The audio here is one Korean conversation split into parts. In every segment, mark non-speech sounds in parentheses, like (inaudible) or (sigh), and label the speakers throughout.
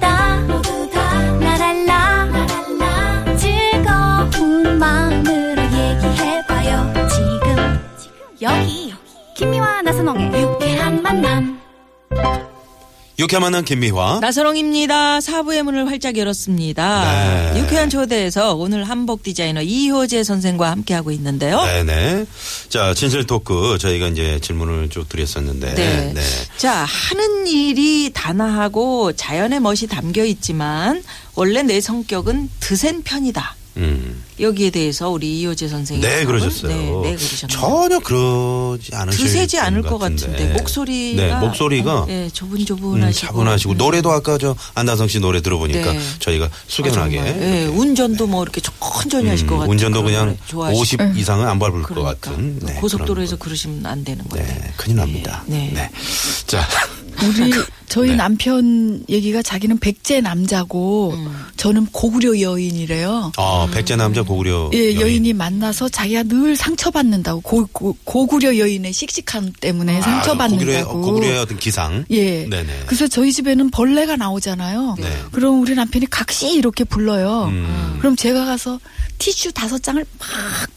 Speaker 1: 다 날 알라 즐거운 마음으로 얘기해봐요 지금 여기 김미와 나선홍의 유쾌한 만남
Speaker 2: 유쾌한 만남 김미화.
Speaker 3: 나선홍입니다. 사부의 문을 활짝 열었습니다.
Speaker 2: 네.
Speaker 3: 유쾌한 초대에서 오늘 한복 디자이너 이효재 선생과 함께하고 있는데요.
Speaker 2: 네네. 자, 진실 토크 저희가 이제 질문을 쭉 드렸었는데.
Speaker 3: 네. 자, 하는 일이 단아하고 자연의 멋이 담겨 있지만 원래 내 성격은 드센 편이다.
Speaker 2: 음.
Speaker 3: 여기에 대해서 우리 이효재 선생이
Speaker 2: 네,
Speaker 3: 답은?
Speaker 2: 그러셨어요.
Speaker 3: 네, 네, 그러셨네요.
Speaker 2: 전혀 그러지 않으실
Speaker 3: 드세지
Speaker 2: 분
Speaker 3: 않을 것 같은데 목소리가
Speaker 2: 네, 목소리가
Speaker 3: 네,
Speaker 2: 음,
Speaker 3: 조분조분하시고
Speaker 2: 차분하시고 노래도 아까 저 안다성 씨 노래 들어보니까
Speaker 3: 네.
Speaker 2: 저희가 숙연하게
Speaker 3: 아, 정말. 예,
Speaker 2: 이렇게,
Speaker 3: 운전도 뭐 이렇게 천천히 하실 것
Speaker 2: 음,
Speaker 3: 같아요.
Speaker 2: 운전도 그냥 50 이상은 안 밟을
Speaker 3: 그러니까.
Speaker 2: 것 같은 네,
Speaker 3: 고속도로에서
Speaker 2: 그런
Speaker 3: 그러시면 안 되는
Speaker 2: 분.
Speaker 3: 건데.
Speaker 2: 네, 큰일 납니다.
Speaker 3: 네.
Speaker 2: 네. 자,
Speaker 4: 우리 저희
Speaker 2: 네.
Speaker 4: 남편 얘기가 자기는 백제 남자고
Speaker 2: 음.
Speaker 4: 저는 고구려 여인이래요.
Speaker 2: 어, 백제 남자 고구려
Speaker 4: 예,
Speaker 2: 여인.
Speaker 4: 여인이 만나서 자기가 늘 상처받는다고 고, 구려 여인의 씩씩함 때문에
Speaker 2: 아, 고구려의,
Speaker 4: 상처받는다고.
Speaker 2: 고구려의 어떤 기상.
Speaker 4: 예.
Speaker 2: 네네.
Speaker 4: 그래서 저희 집에는 벌레가 나오잖아요.
Speaker 2: 네.
Speaker 4: 그럼 우리 남편이 각시 이렇게 불러요.
Speaker 2: 음.
Speaker 4: 그럼 제가 가서 티슈 다섯 장을 막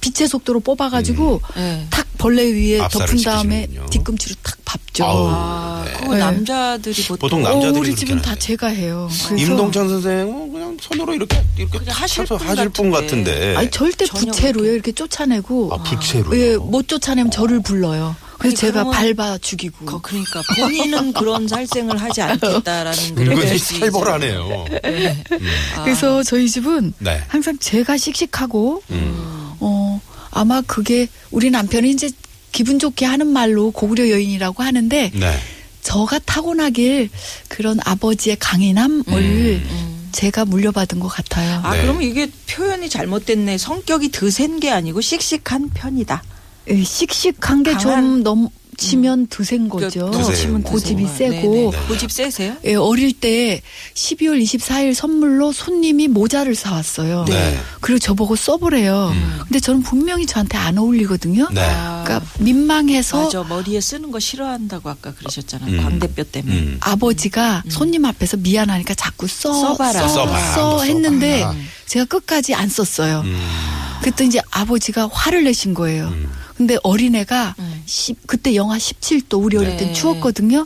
Speaker 4: 빛의 속도로 뽑아가지고
Speaker 3: 네.
Speaker 4: 탁 벌레 위에
Speaker 2: 음. 압사를
Speaker 4: 덮은 다음에
Speaker 2: 시키시는군요.
Speaker 4: 뒤꿈치로 탁 밟죠.
Speaker 2: 아우,
Speaker 3: 아,
Speaker 2: 네.
Speaker 3: 그거
Speaker 4: 네.
Speaker 3: 남자들이 보통,
Speaker 2: 보통
Speaker 4: 어,
Speaker 2: 남자들이
Speaker 4: 우리
Speaker 2: 그렇게
Speaker 4: 집은 다
Speaker 2: 하는데.
Speaker 4: 제가 해요. 그래서
Speaker 2: 임동찬 선생은 뭐 그냥 손으로 이렇게 이렇게
Speaker 3: 그냥
Speaker 2: 탁
Speaker 3: 하실
Speaker 2: 해서
Speaker 3: 분
Speaker 2: 하실 분
Speaker 3: 같은데.
Speaker 2: 같은데.
Speaker 4: 아니 절대
Speaker 3: 전혀
Speaker 4: 부채로요. 이렇게 쫓아내고
Speaker 2: 아, 부채로.
Speaker 4: 예, 못 쫓아내면 저를 불러요. 그래서
Speaker 3: 아니,
Speaker 4: 제가
Speaker 3: 그러면-
Speaker 4: 밟아 죽이고.
Speaker 3: 거- 그러니까 (laughs) 본인은 그런 살생을 하지 (laughs) 않겠다라는 그런
Speaker 2: 은근히
Speaker 3: 의지.
Speaker 2: 음, 살벌하네요.
Speaker 4: 그래서 저희 집은
Speaker 2: 네.
Speaker 4: 항상 제가 씩씩하고
Speaker 2: 음.
Speaker 4: 어 아마 그게 우리 남편이 이제 기분 좋게 하는 말로 고구려 여인이라고 하는데
Speaker 2: 네.
Speaker 4: 저가 타고나길 그런 아버지의 강인함을
Speaker 2: 음.
Speaker 4: 제가 물려받은 것 같아요.
Speaker 3: 음. 아,
Speaker 2: 네.
Speaker 3: 그러면 이게 표현이 잘못됐네. 성격이 드센 게 아니고 씩씩한 편이다.
Speaker 4: 예, 씩씩한 게
Speaker 3: 강한- 음. 그렇죠.
Speaker 4: 좀 넘치면 드센 거죠.
Speaker 2: 더 드세요.
Speaker 4: 고집이
Speaker 3: 그러니까 드세요.
Speaker 4: 세고
Speaker 3: 네, 네. 고집 세세요?
Speaker 4: 예, 어릴 때 12월 24일 선물로 손님이 모자를 사왔어요.
Speaker 2: 네. 음.
Speaker 4: 그리고 저보고 써보래요. 근데 저는 분명히 저한테 안 어울리거든요.
Speaker 2: 네.
Speaker 4: 그러니까 민망해서
Speaker 3: 맞아. 머리에 쓰는 거 싫어한다고 아까 그러셨잖아요.
Speaker 2: 음.
Speaker 3: 광대뼈 때문에.
Speaker 2: 음.
Speaker 4: 아버지가 손님 앞에서 미안하니까 자꾸 써,
Speaker 3: 써봐라.
Speaker 4: 써,
Speaker 2: 써봐라.
Speaker 4: 써
Speaker 2: 한번
Speaker 4: 했는데
Speaker 2: 써봐라.
Speaker 4: 제가 끝까지 안 썼어요.
Speaker 2: 음.
Speaker 4: 그랬더니 이제 아버지가 화를 내신 거예요.
Speaker 2: 음.
Speaker 4: 근데 어린애가
Speaker 3: 음.
Speaker 4: 10 그때 영하 17도 우리 어릴
Speaker 3: 네.
Speaker 4: 땐 추웠거든요.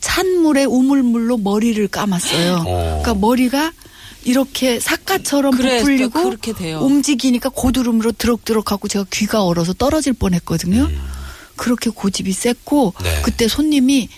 Speaker 4: 찬물에 우물물로 머리를 감았어요.
Speaker 2: 어.
Speaker 4: 그러니까 머리가 이렇게 사과처럼
Speaker 3: 그래요.
Speaker 4: 부풀리고
Speaker 3: 그렇게 돼요.
Speaker 4: 움직이니까 고두름으로 드럭드럭하고 제가 귀가 얼어서 떨어질 뻔했거든요. 그렇게 고집이 셌고
Speaker 2: 음. 네.
Speaker 4: 그때 손님이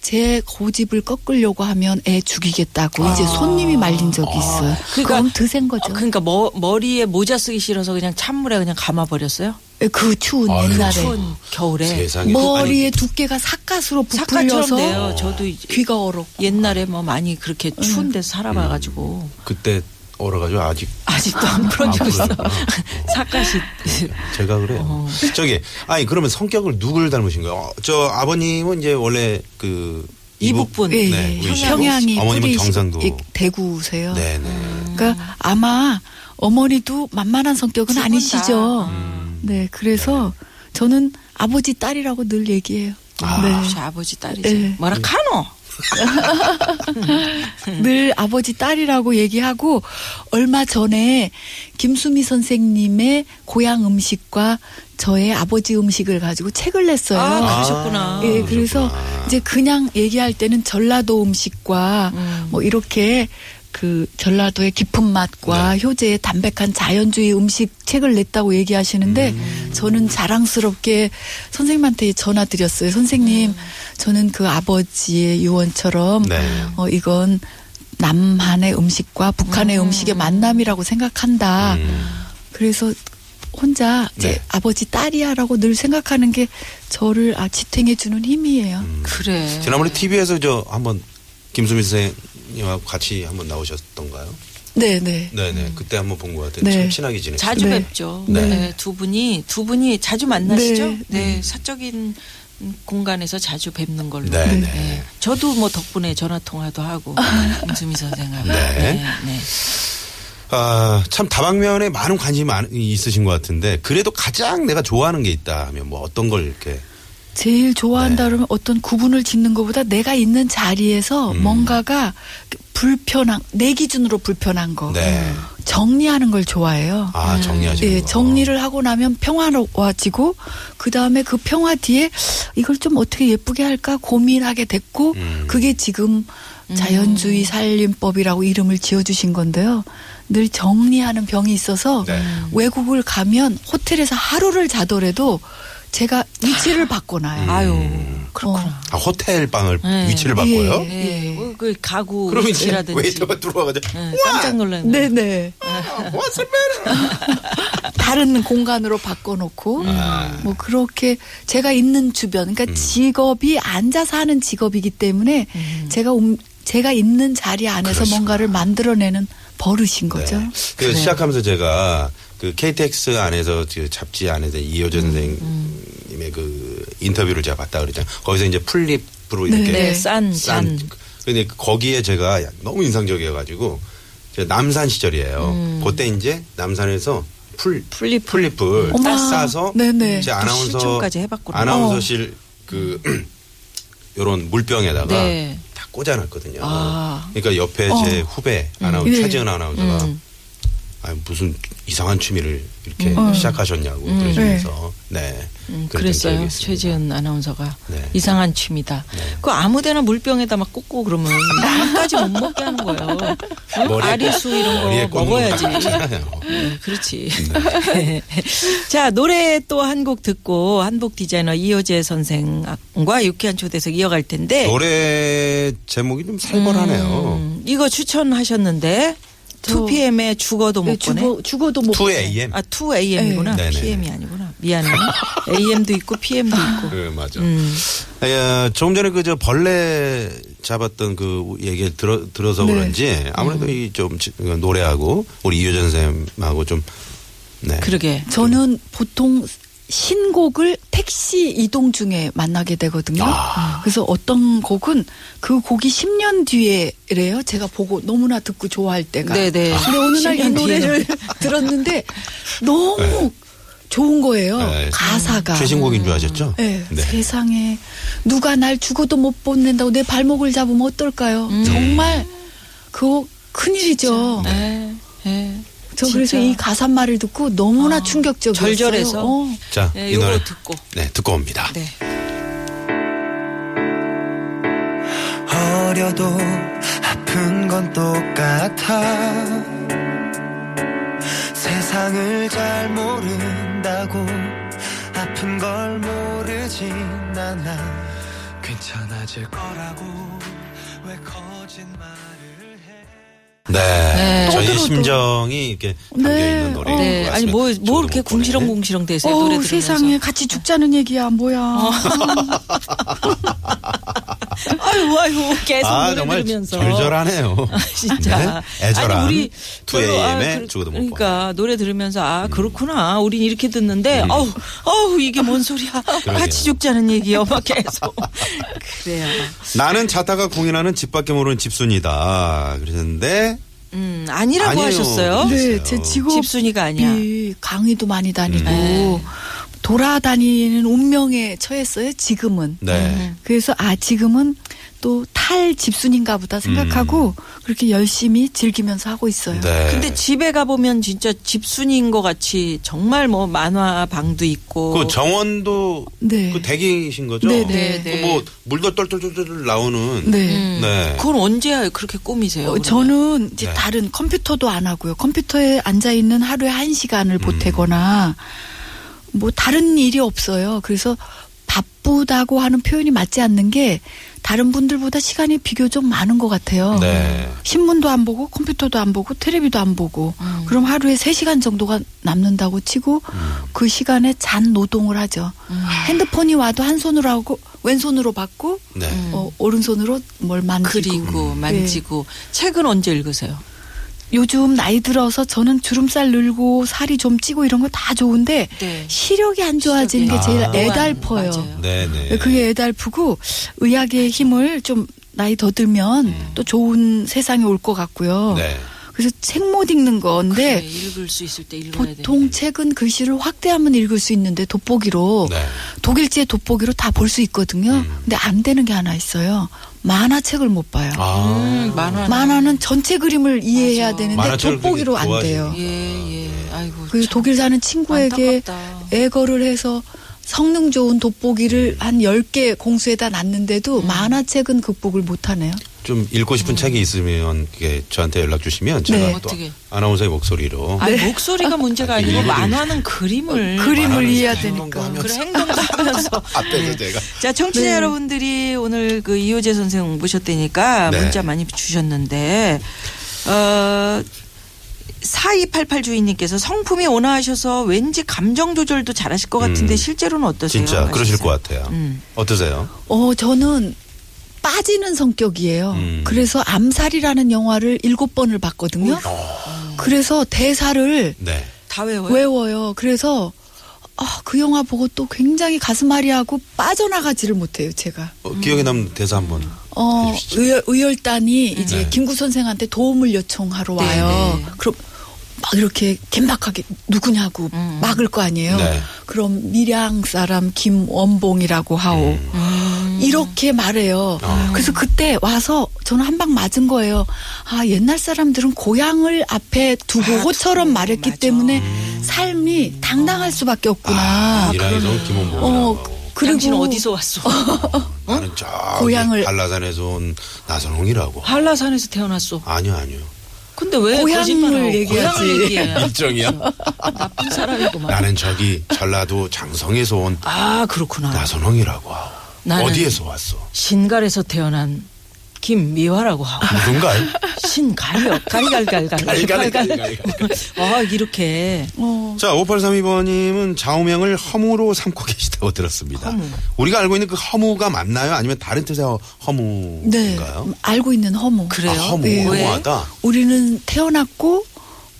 Speaker 4: 제 고집을 꺾으려고 하면 애 죽이겠다고
Speaker 2: 아.
Speaker 4: 이제 손님이 말린 적이 있어요. 그
Speaker 3: 그러니까-
Speaker 4: 럼 드센
Speaker 3: 아,
Speaker 4: 거죠.
Speaker 3: 그러니까 머, 머리에 모자 쓰기 싫어서 그냥 찬물에 그냥 감아버렸어요?
Speaker 4: 그, 추운
Speaker 2: 아유,
Speaker 4: 옛날에
Speaker 3: 추운 겨울에.
Speaker 2: 세상에. 아,
Speaker 4: 머리에 두께가 사과수로
Speaker 3: 사과처럼
Speaker 4: 부풀려서
Speaker 3: 돼요. 저도 이제
Speaker 4: 귀가 음. 얼어.
Speaker 3: 옛날에 뭐 많이 그렇게 추운 데서 살아봐가지고
Speaker 4: 음.
Speaker 2: 아니, 그때 얼어가지고 아직
Speaker 3: 아직도 안 풀어지고
Speaker 2: 아,
Speaker 3: 있어.
Speaker 2: 그러구나.
Speaker 3: (laughs) 사과시.
Speaker 4: 음.
Speaker 2: 제가 그래요.
Speaker 4: 어.
Speaker 2: 저기 아니 그러면 성격을 누굴 닮으신 거예요? 어, 저 아버님은 이제 원래 그
Speaker 3: 이북분.
Speaker 4: 예,
Speaker 2: 네,
Speaker 4: 예.
Speaker 2: 분이시고
Speaker 4: 평양이
Speaker 2: 어머님은
Speaker 4: 뿌리
Speaker 2: 경상도.
Speaker 4: 대구세요.
Speaker 2: 네네.
Speaker 4: 그러니까 아마 어머니도 만만한 성격은
Speaker 3: 두분
Speaker 4: 아니시죠.
Speaker 3: 다. 음.
Speaker 4: 네, 그래서 저는 아버지 딸이라고 늘 얘기해요.
Speaker 3: 혹시 아버지 딸이지.
Speaker 4: 네.
Speaker 3: 뭐라
Speaker 2: 음.
Speaker 3: 카노.
Speaker 4: 네, 늘 아버지 딸이라고 얘기하고 얼마 전에 김수미 선생님의 고향 음식과 저의 아버지 음식을 가지고 책을 냈어요.
Speaker 3: 아, 그러셨구나.
Speaker 4: 예, 그래서
Speaker 2: 아, 그러셨구나.
Speaker 4: 이제 그냥 얘기할 때는 전라도 음식과 뭐 이렇게 그 전라도의 깊은
Speaker 2: 네.
Speaker 4: 맛과 효재의 담백한 자연주의 음식 책을 냈다고 얘기하시는데
Speaker 2: 음.
Speaker 4: 저는 자랑스럽게 선생님한테 전화 드렸어요. 선생님, 저는 그 아버지의 유언처럼
Speaker 2: 네.
Speaker 4: 어 이건 남한의 음식과 북한의 음. 식의 만남이라고 생각한다.
Speaker 2: 음.
Speaker 4: 그래서 혼자 이제
Speaker 2: 네.
Speaker 4: 아버지 딸이야라고 늘 생각하는 게 저를 아 지탱해 주는 힘이에요.
Speaker 3: 그래.
Speaker 2: 음. 지난번에 TV에서 저 한번 김수미 선생님하고 같이 한번 나오셨던가요?
Speaker 4: 네, 네.
Speaker 2: 네네. 그때 한번 본 것 같아요.
Speaker 4: 네.
Speaker 2: 참 친하게 지냈어요.
Speaker 3: 자주
Speaker 4: 네.
Speaker 3: 뵙죠.
Speaker 2: 네.
Speaker 3: 네. 두 분이 두 분이 자주 만나시죠.
Speaker 4: 네.
Speaker 3: 네. 사적인 공간에서 자주 뵙는 걸로.
Speaker 2: 음. 네, 네.
Speaker 4: 아.
Speaker 3: 저도 뭐 덕분에 전화 통화도 하고 김수미 선생하고.
Speaker 2: 네.
Speaker 3: 네.
Speaker 2: 아, 참 다방면에 많은 관심이 많- 있으신 것 같은데 그래도 가장 내가 좋아하는 게 있다 하면 뭐 어떤 걸 이렇게
Speaker 4: 제일
Speaker 2: 네.
Speaker 4: 좋아한다 그러면 어떤 구분을 짓는 것보다 내가 있는 자리에서
Speaker 2: 음.
Speaker 4: 뭔가가 불편한 내 기준으로 불편한 거
Speaker 2: 네.
Speaker 4: 정리하는 걸 좋아해요.
Speaker 2: 아 정리하시는
Speaker 4: 예,
Speaker 2: 거.
Speaker 4: 정리를 하고 나면 평화로워지고 그 다음에 그 평화 뒤에 이걸 좀 어떻게 예쁘게 할까 고민하게 됐고
Speaker 2: 음.
Speaker 4: 그게 지금 자연주의 살림법이라고 이름을 지어주신 건데요. 늘 정리하는 병이 있어서
Speaker 2: 네.
Speaker 4: 외국을 가면 호텔에서 하루를 자더라도 제가 위치를 바꿔놔요.
Speaker 3: 아유
Speaker 4: 그렇구나.
Speaker 2: 아, 호텔 방을
Speaker 3: 네.
Speaker 2: 음. 위치를 바꿔요?
Speaker 4: 예.
Speaker 3: 예. 뭐그 가구
Speaker 2: 그러면 이제
Speaker 3: 위치라든지
Speaker 2: 웨이터가 들어와가지고
Speaker 3: 예, 깜짝 놀랐네.
Speaker 4: 네네.
Speaker 2: What's the matter?
Speaker 4: 다른 공간으로 바꿔놓고
Speaker 2: 아,
Speaker 4: 뭐 그렇게 제가 있는 주변
Speaker 2: 음.
Speaker 4: 그러니까 직업이 앉아서 하는 직업이기 때문에 제가 움- 제가 있는 자리 안에서
Speaker 2: 음. 그러시구나.
Speaker 4: 뭔가를 만들어내는 버릇인 거죠.
Speaker 2: 네. 그 시작하면서 제가 그 KTX 안에서 그 잡지 안에서 이효재 선생님의 그 인터뷰를 제가 봤다 그랬잖아요. 거기서 이제 풀립으로
Speaker 4: 네.
Speaker 2: 이렇게
Speaker 3: 네, 싼,
Speaker 2: 싼.
Speaker 3: 싼.
Speaker 2: 근데 거기에 제가 너무 인상적이어가지고 제가 남산 시절이에요. 그때 이제 남산에서 풀
Speaker 3: 풀잎을.
Speaker 2: 풀잎을
Speaker 4: 어머.
Speaker 2: 딱 싸서
Speaker 4: 네네.
Speaker 2: 제
Speaker 4: 또
Speaker 2: 아나운서
Speaker 3: 실천까지 해봤구나.
Speaker 2: 아나운서실 그 (clears throat) 요런 물병에다가
Speaker 3: 네.
Speaker 2: 다 꽂아놨거든요.
Speaker 3: 아.
Speaker 2: 그러니까 옆에 제 후배 아나운서
Speaker 4: 네.
Speaker 2: 차지은 아나운서가
Speaker 3: 음.
Speaker 2: 아 무슨 이상한 취미를 이렇게 시작하셨냐고 그러시면서 네 그랬던
Speaker 3: 음,
Speaker 2: 기억이
Speaker 3: 그랬어요.
Speaker 2: 있습니다.
Speaker 3: 최지은 아나운서가
Speaker 2: 네.
Speaker 3: 이상한 취미다. 그 아무데나 물병에다 막 꽂고 그러면 나까지 못 먹게 하는 거예요. 응?
Speaker 2: 머리에
Speaker 3: 아리수
Speaker 2: 꽂- 머리에
Speaker 3: 이런
Speaker 2: 꽂는 거
Speaker 3: 거
Speaker 2: 네.
Speaker 3: 먹어야지.
Speaker 2: 딱 있잖아요.
Speaker 3: (laughs) 네, 그렇지. (laughs) 자 노래 또 한 곡 듣고 한복 디자이너 이효재 선생과 유쾌한 초대석 이어갈 텐데
Speaker 2: 노래 제목이 좀 살벌하네요.
Speaker 3: 네. 음, 이거 추천하셨는데
Speaker 4: 저-
Speaker 3: 2PM의 죽어도 못 보네.
Speaker 4: 죽어 죽어도 못
Speaker 2: 2AM.
Speaker 3: 아 2AM이구나.
Speaker 2: 네. 네네.
Speaker 3: PM이 아니구나. 미안해. AM도 있고 PM도 있고.
Speaker 2: 그 맞아.
Speaker 3: 음.
Speaker 2: 에, 조금 전에 그 저 벌레 잡았던 그 얘기를 들어, 들어서
Speaker 4: 네.
Speaker 2: 그런지
Speaker 3: 음.
Speaker 2: 아무래도 이 좀 노래하고 우리 이효전 쌤하고 좀 네.
Speaker 3: 그러게.
Speaker 4: 저는 보통 신곡을 택시 이동 중에 만나게 되거든요.
Speaker 2: 아.
Speaker 4: 그래서 어떤 곡은 그 곡이 10년 뒤에래요. 제가 보고 너무나 듣고 좋아할 때가.
Speaker 3: 네네.
Speaker 4: 근데 어느 날 이
Speaker 3: 10년 뒤에.
Speaker 4: 노래를 (laughs) 들었는데 너무 좋은 거예요.
Speaker 2: 네.
Speaker 4: 가사가.
Speaker 2: 최신곡인 줄 아셨죠?
Speaker 4: 네. 세상에 누가 날 죽어도 못 보낸다고 내 발목을 잡으면 어떨까요?
Speaker 3: 음.
Speaker 4: 정말 그거 큰일이죠.
Speaker 3: 에, 에.
Speaker 4: 저 그래서
Speaker 3: 네. 진짜. 아.
Speaker 4: 이 가사 말을 듣고 너무나 충격적이었어요.
Speaker 3: 절절해서.
Speaker 4: 어.
Speaker 2: 자,
Speaker 3: 예,
Speaker 2: 이
Speaker 3: 요거
Speaker 2: 노래
Speaker 3: 듣고.
Speaker 2: 네, 듣고 옵니다.
Speaker 3: 네.
Speaker 5: 어려도 아픈 건 똑같아 세상을 잘 모른다고 아픈 걸 모르진 않아 괜찮아질 거라고 왜 거짓말을 해
Speaker 2: 네. 저희
Speaker 4: 들어도-
Speaker 2: 심정이 이렇게 담겨 있는 노래인
Speaker 3: 네.
Speaker 2: 것 같습니다.
Speaker 3: 아니 뭐 뭐
Speaker 2: 저도
Speaker 3: 이렇게
Speaker 2: 못 보네.
Speaker 3: 궁시렁궁시렁 되세요
Speaker 4: 어우,
Speaker 3: 노래 들으면서. 어,
Speaker 4: 세상에 같이 죽자는 얘기야 뭐야. 어,
Speaker 3: 아유 아유 계속
Speaker 2: 아,
Speaker 3: 노래
Speaker 2: 정말
Speaker 3: 들으면서. 아,
Speaker 2: 절절하네요.
Speaker 3: (laughs) 진짜
Speaker 2: 네, 애절한
Speaker 3: 아니, 우리
Speaker 2: 2AM의
Speaker 3: 별로, 아,
Speaker 2: 죽어도 못 음.
Speaker 3: 그러- 그러니까 노래 들으면서 아 그렇구나 우린 이렇게 듣는데 아우 아우 이게 뭔 소리야 같이 죽자는 얘기야
Speaker 2: (laughs)
Speaker 3: 막 계속 그래요
Speaker 2: 나는 자다가 궁이라는 집 밖에 모르는 집순이다. 그러셨는데
Speaker 3: 음 아니라고
Speaker 2: 아니에요.
Speaker 3: 하셨어요
Speaker 2: 네.
Speaker 4: 네,
Speaker 2: 됐어요.
Speaker 4: 제 직업이
Speaker 3: 집순이가 아니야
Speaker 4: 강의도 많이 다니고
Speaker 3: 네.
Speaker 4: 돌아다니는 운명에 처했어요. 지금은.
Speaker 2: 네.
Speaker 4: 그래서 아 지금은 또 탈 집순인가 보다 생각하고 그렇게 열심히 즐기면서 하고 있어요.
Speaker 2: 음. 네.
Speaker 3: 근데 집에 가보면 진짜 집순이인 것 같이 정말 뭐 만화방도 있고
Speaker 2: 그 정원도
Speaker 4: 네.
Speaker 2: 그 댁이신 거죠?
Speaker 4: 네네.
Speaker 2: 그뭐 물도 똘똘똘똘 나오는
Speaker 3: 음.
Speaker 4: 네.
Speaker 2: 네.
Speaker 3: 그건 언제 그렇게 꾸미세요?
Speaker 4: 어,
Speaker 3: 그러면?
Speaker 4: 저는 이제
Speaker 2: 네.
Speaker 4: 다른 컴퓨터도 안 하고요. 컴퓨터에 앉아 있는 하루에 한
Speaker 2: 음.
Speaker 4: 시간을 보태거나 뭐 다른 일이 없어요. 그래서 바쁘다고 하는 표현이 맞지 않는 게 다른 분들보다 시간이 비교적 많은 것 같아요.
Speaker 2: 네.
Speaker 4: 신문도 안 보고 컴퓨터도 안 보고 텔레비도 안 보고
Speaker 3: 음.
Speaker 4: 그럼 하루에 세시간 정도가 남는다고 치고
Speaker 2: 음.
Speaker 4: 그 시간에 잔 노동을 하죠.
Speaker 3: 음.
Speaker 4: 핸드폰이 와도 한 손으로 하고 왼손으로 받고
Speaker 2: 네.
Speaker 3: 음.
Speaker 4: 어, 오른손으로 뭘 만지고
Speaker 3: 그리고 만지고 책은 언제 읽으세요?
Speaker 4: 요즘 나이 들어서 저는 주름살 늘고 살이 좀 찌고 이런 거 다 좋은데
Speaker 3: 네.
Speaker 4: 시력이 안 좋아지는 게 제일
Speaker 2: 아.
Speaker 4: 애달퍼요.
Speaker 3: 맞아요.
Speaker 2: 네, 네.
Speaker 4: 그게 애달프고 의학의 힘을 좀 나이 더 들면 또 좋은 세상이 올 것 같고요.
Speaker 2: 네.
Speaker 4: 그래서 책 못 읽는 건데
Speaker 3: 그래, 네, 읽을 수 있을 때 읽어야 돼.
Speaker 4: 보통 책은 글씨를 확대하면 읽을 수 있는데
Speaker 3: 어.
Speaker 4: 돋보기로
Speaker 2: 네.
Speaker 4: 독일제 돋보기로 다 볼 수 있거든요. 근데 안 되는 게 하나 있어요. 만화책을 못 봐요.
Speaker 2: 아.
Speaker 3: 음, 만화.
Speaker 4: 만화는 전체 그림을 이해해야
Speaker 3: 맞아.
Speaker 4: 되는데
Speaker 2: 만화책을
Speaker 4: 돋보기로
Speaker 2: 그렇게
Speaker 4: 안 돼요.
Speaker 3: 예, 예. 아이고.
Speaker 4: 그
Speaker 3: 참
Speaker 4: 독일 사는 친구에게
Speaker 3: 안타깝다.
Speaker 4: 애거를 해서 성능 좋은 돋보기를 한 10개 공수에다 놨는데도
Speaker 3: 음.
Speaker 4: 만화책은 극복을 못 하네요.
Speaker 2: 좀 읽고 싶은 책이 있으면 이게 저한테 연락 주시면 제가
Speaker 4: 네.
Speaker 2: 또
Speaker 3: 어떻게?
Speaker 2: 아나운서의 목소리로
Speaker 3: 네. 아니, 목소리가 문제가 아니고
Speaker 2: 이거를-
Speaker 3: 만화는 그림을.
Speaker 4: 그림을 이해해야
Speaker 2: 행동도
Speaker 4: 되니까.
Speaker 2: 하면서
Speaker 3: 그래 행동도 하면서.
Speaker 2: (laughs)
Speaker 3: 네.
Speaker 2: 앞에서 제가
Speaker 3: (laughs) 자, 청취자 여러분들이 오늘 그 이호재 선생 모셨다니까
Speaker 2: 네.
Speaker 3: 문자 많이 주셨는데, 어, 4288 주인님께서 성품이 온화하셔서 왠지 감정 조절도 잘하실 것 같은데
Speaker 2: 음.
Speaker 3: 실제로는 어떠세요?
Speaker 2: 진짜 그러실 것 같아요.
Speaker 3: 음.
Speaker 2: 어떠세요?
Speaker 4: 어, 저는 빠지는 성격이에요.
Speaker 2: 음.
Speaker 4: 그래서 암살이라는 영화를 일곱 번을 봤거든요. 그래서 대사를
Speaker 2: 네.
Speaker 3: 다 외워요.
Speaker 4: 외워요. 그래서 아, 그 영화 보고 또 굉장히 가슴 아리하고 빠져나가지를 못해요, 제가.
Speaker 2: 어,
Speaker 3: 음.
Speaker 2: 기억에 남는 대사 한번
Speaker 4: 어,
Speaker 2: 해주시죠.
Speaker 4: 의열, 의열단이 이제
Speaker 2: 네.
Speaker 4: 김구 선생한테 도움을 요청하러
Speaker 3: 네,
Speaker 4: 와요.
Speaker 3: 네.
Speaker 4: 그럼 막 이렇게 긴박하게 누구냐고
Speaker 3: 음.
Speaker 4: 막을 거 아니에요.
Speaker 2: 네.
Speaker 4: 그럼 밀양 사람 김원봉이라고 하오.
Speaker 3: 음.
Speaker 4: 음. 이렇게 말해요.
Speaker 2: 아.
Speaker 4: 그래서 그때 와서 저는 한 방 맞은 거예요. 아, 옛날 사람들은 고향을 앞에 두고
Speaker 3: 아,
Speaker 4: 호처럼
Speaker 3: 두고,
Speaker 4: 말했기
Speaker 3: 맞아. 음.
Speaker 4: 때문에 당당할 당당할 수밖에 없구나.
Speaker 2: 아, 이라이동 김원봉.
Speaker 4: 어, 그리고
Speaker 3: 아, 예. 당신은 어디서 왔어?
Speaker 2: 나는 저기
Speaker 4: 고향을-
Speaker 2: 한라산에서 온 나선홍이라고.
Speaker 3: 한라산에서 태어났어.
Speaker 2: 아니요, 아니요.
Speaker 3: 근데 왜
Speaker 4: 고향을
Speaker 3: 거짓말을
Speaker 4: 얘기하지.
Speaker 3: 고향을 얘기해?
Speaker 2: (laughs) 일정이야.
Speaker 3: 나쁜 사람이구만.
Speaker 2: 나는 저기 전라도 장성에서 온
Speaker 3: 아 그렇구나.
Speaker 2: 나선홍이라고 하고.
Speaker 3: 나는-
Speaker 2: 어디에서 왔어?
Speaker 3: 신갈에서 태어난 김미화라고 하고.
Speaker 4: 아.
Speaker 3: (laughs)
Speaker 2: 누군가요?
Speaker 3: 신갈이요. 가리갈갈갈.
Speaker 2: 갈갈갈갈.
Speaker 3: 아 이렇게.
Speaker 4: 어,
Speaker 2: 자, 5832번님은 좌우명을 허무로 삼고 (laughs) 계시다고 들었습니다.
Speaker 3: 허무.
Speaker 2: 우리가 알고 있는 그 허무가 맞나요? 아니면 다른 뜻의 허-
Speaker 4: 네.
Speaker 2: 허무인가요?
Speaker 4: 알고 있는 허무.
Speaker 3: 그래요?
Speaker 2: 아, 허무,
Speaker 4: 네.
Speaker 2: 허무하다.
Speaker 4: 우리는 태어났고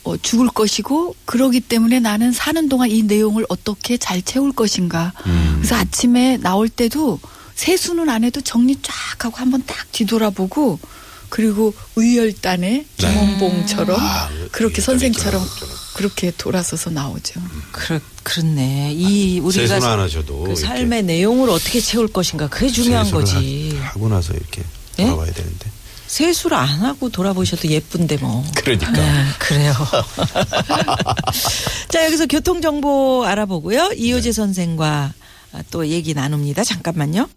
Speaker 4: 어, 죽을 것이고 그러기 때문에 나는 사는 동안 이 내용을 어떻게 잘 채울 것인가.
Speaker 2: 음.
Speaker 4: 그래서 아침에 나올 때도 세수는 안 해도 정리 쫙 하고 한번 딱 뒤돌아보고 그리고 의열단의
Speaker 2: 네.
Speaker 4: 김원봉처럼
Speaker 2: 아,
Speaker 4: 그렇게
Speaker 2: 의열단의
Speaker 4: 선생처럼
Speaker 2: 김원봉처럼.
Speaker 4: 그렇게 돌아서서 나오죠.
Speaker 2: 음.
Speaker 3: 그렇 그렇네. 이 우리가
Speaker 2: 세수는 안 하셔도
Speaker 3: 그
Speaker 2: 이렇게.
Speaker 3: 삶의 내용을 어떻게 채울 것인가 그게 중요한
Speaker 2: 세수를
Speaker 3: 거지.
Speaker 2: 하, 고 나서 이렇게
Speaker 3: 예?
Speaker 2: 돌아봐야 되는데.
Speaker 3: 세수를 안 하고 돌아보셔도 예쁜데 뭐.
Speaker 2: 그러니까.
Speaker 3: 네, 그래요. (laughs) 자 여기서 교통 정보 알아보고요. 이효재
Speaker 2: 네.
Speaker 3: 선생과 또 얘기 나눕니다. 잠깐만요.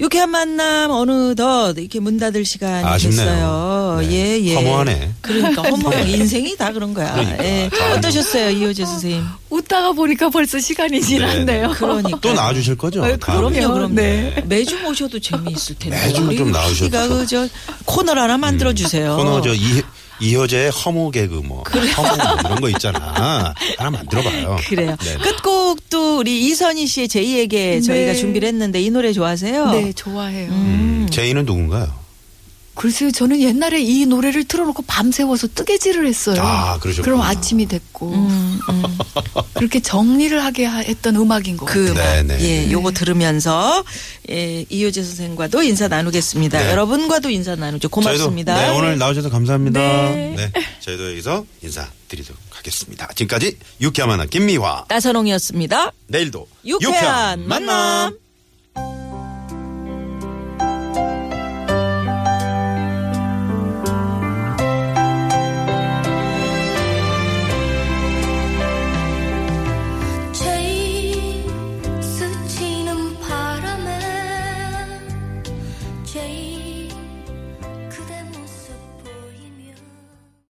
Speaker 3: 유쾌한 만남 어느덧 이렇게 문 닫을 시간이
Speaker 2: 아쉽네요.
Speaker 3: 됐어요.
Speaker 2: 네.
Speaker 3: 예, 예.
Speaker 2: (laughs) 허무하네.
Speaker 3: 그러니까 허무해. 인생이 다 그런 거야.
Speaker 2: 그러니까.
Speaker 3: 예.
Speaker 2: 다
Speaker 3: 어떠셨어요, 이효재 선생님?
Speaker 4: 웃다가 보니까 벌써 시간이 지났네요. (laughs)
Speaker 3: 그러니까.
Speaker 2: 또 나와주실 거죠? 다음에?
Speaker 3: 그럼요, 그럼요.
Speaker 4: 네.
Speaker 3: 매주 모셔도 재미있을 텐데.
Speaker 2: 매주
Speaker 3: 우리
Speaker 2: 좀 나오셔도
Speaker 3: 우리가
Speaker 2: 좋-
Speaker 3: 그저 코너를 하나 만들어 주세요.
Speaker 2: 코너 저 이, 이효재의 허무 개그 뭐 허무 뭐 이런 거 있잖아. 하나 만들어봐요.
Speaker 3: (laughs) 그래요.
Speaker 2: 네.
Speaker 3: 끝곡도 우리 이선희 씨의 제이에게 저희가 준비를 했는데 이 노래 좋아하세요?
Speaker 4: 네, 좋아해요.
Speaker 2: 음, 제이는 누군가요?
Speaker 4: 글쎄요, 저는 옛날에 이 노래를 틀어놓고 밤새워서 뜨개질을 했어요.
Speaker 2: 아, 그러셨구나.
Speaker 4: 그럼 아침이 됐고. 그렇게 정리를 하게 하- 했던 음악인 것 같아요.
Speaker 3: 그
Speaker 2: 네, 네,
Speaker 3: 예,
Speaker 2: 네.
Speaker 3: 요거 들으면서 예, 이효재 선생과도 인사 나누겠습니다.
Speaker 2: 네.
Speaker 3: 여러분과도 인사 나누죠. 고맙습니다.
Speaker 2: 저희도, 네, 오늘 나오셔서 감사합니다.
Speaker 3: 네.
Speaker 2: 네. 저희도 여기서 인사드리도록 하겠습니다. 지금까지 유쾌한 만남 김미화.
Speaker 3: 따선홍이었습니다.
Speaker 2: 내일도
Speaker 3: 유쾌한 만남.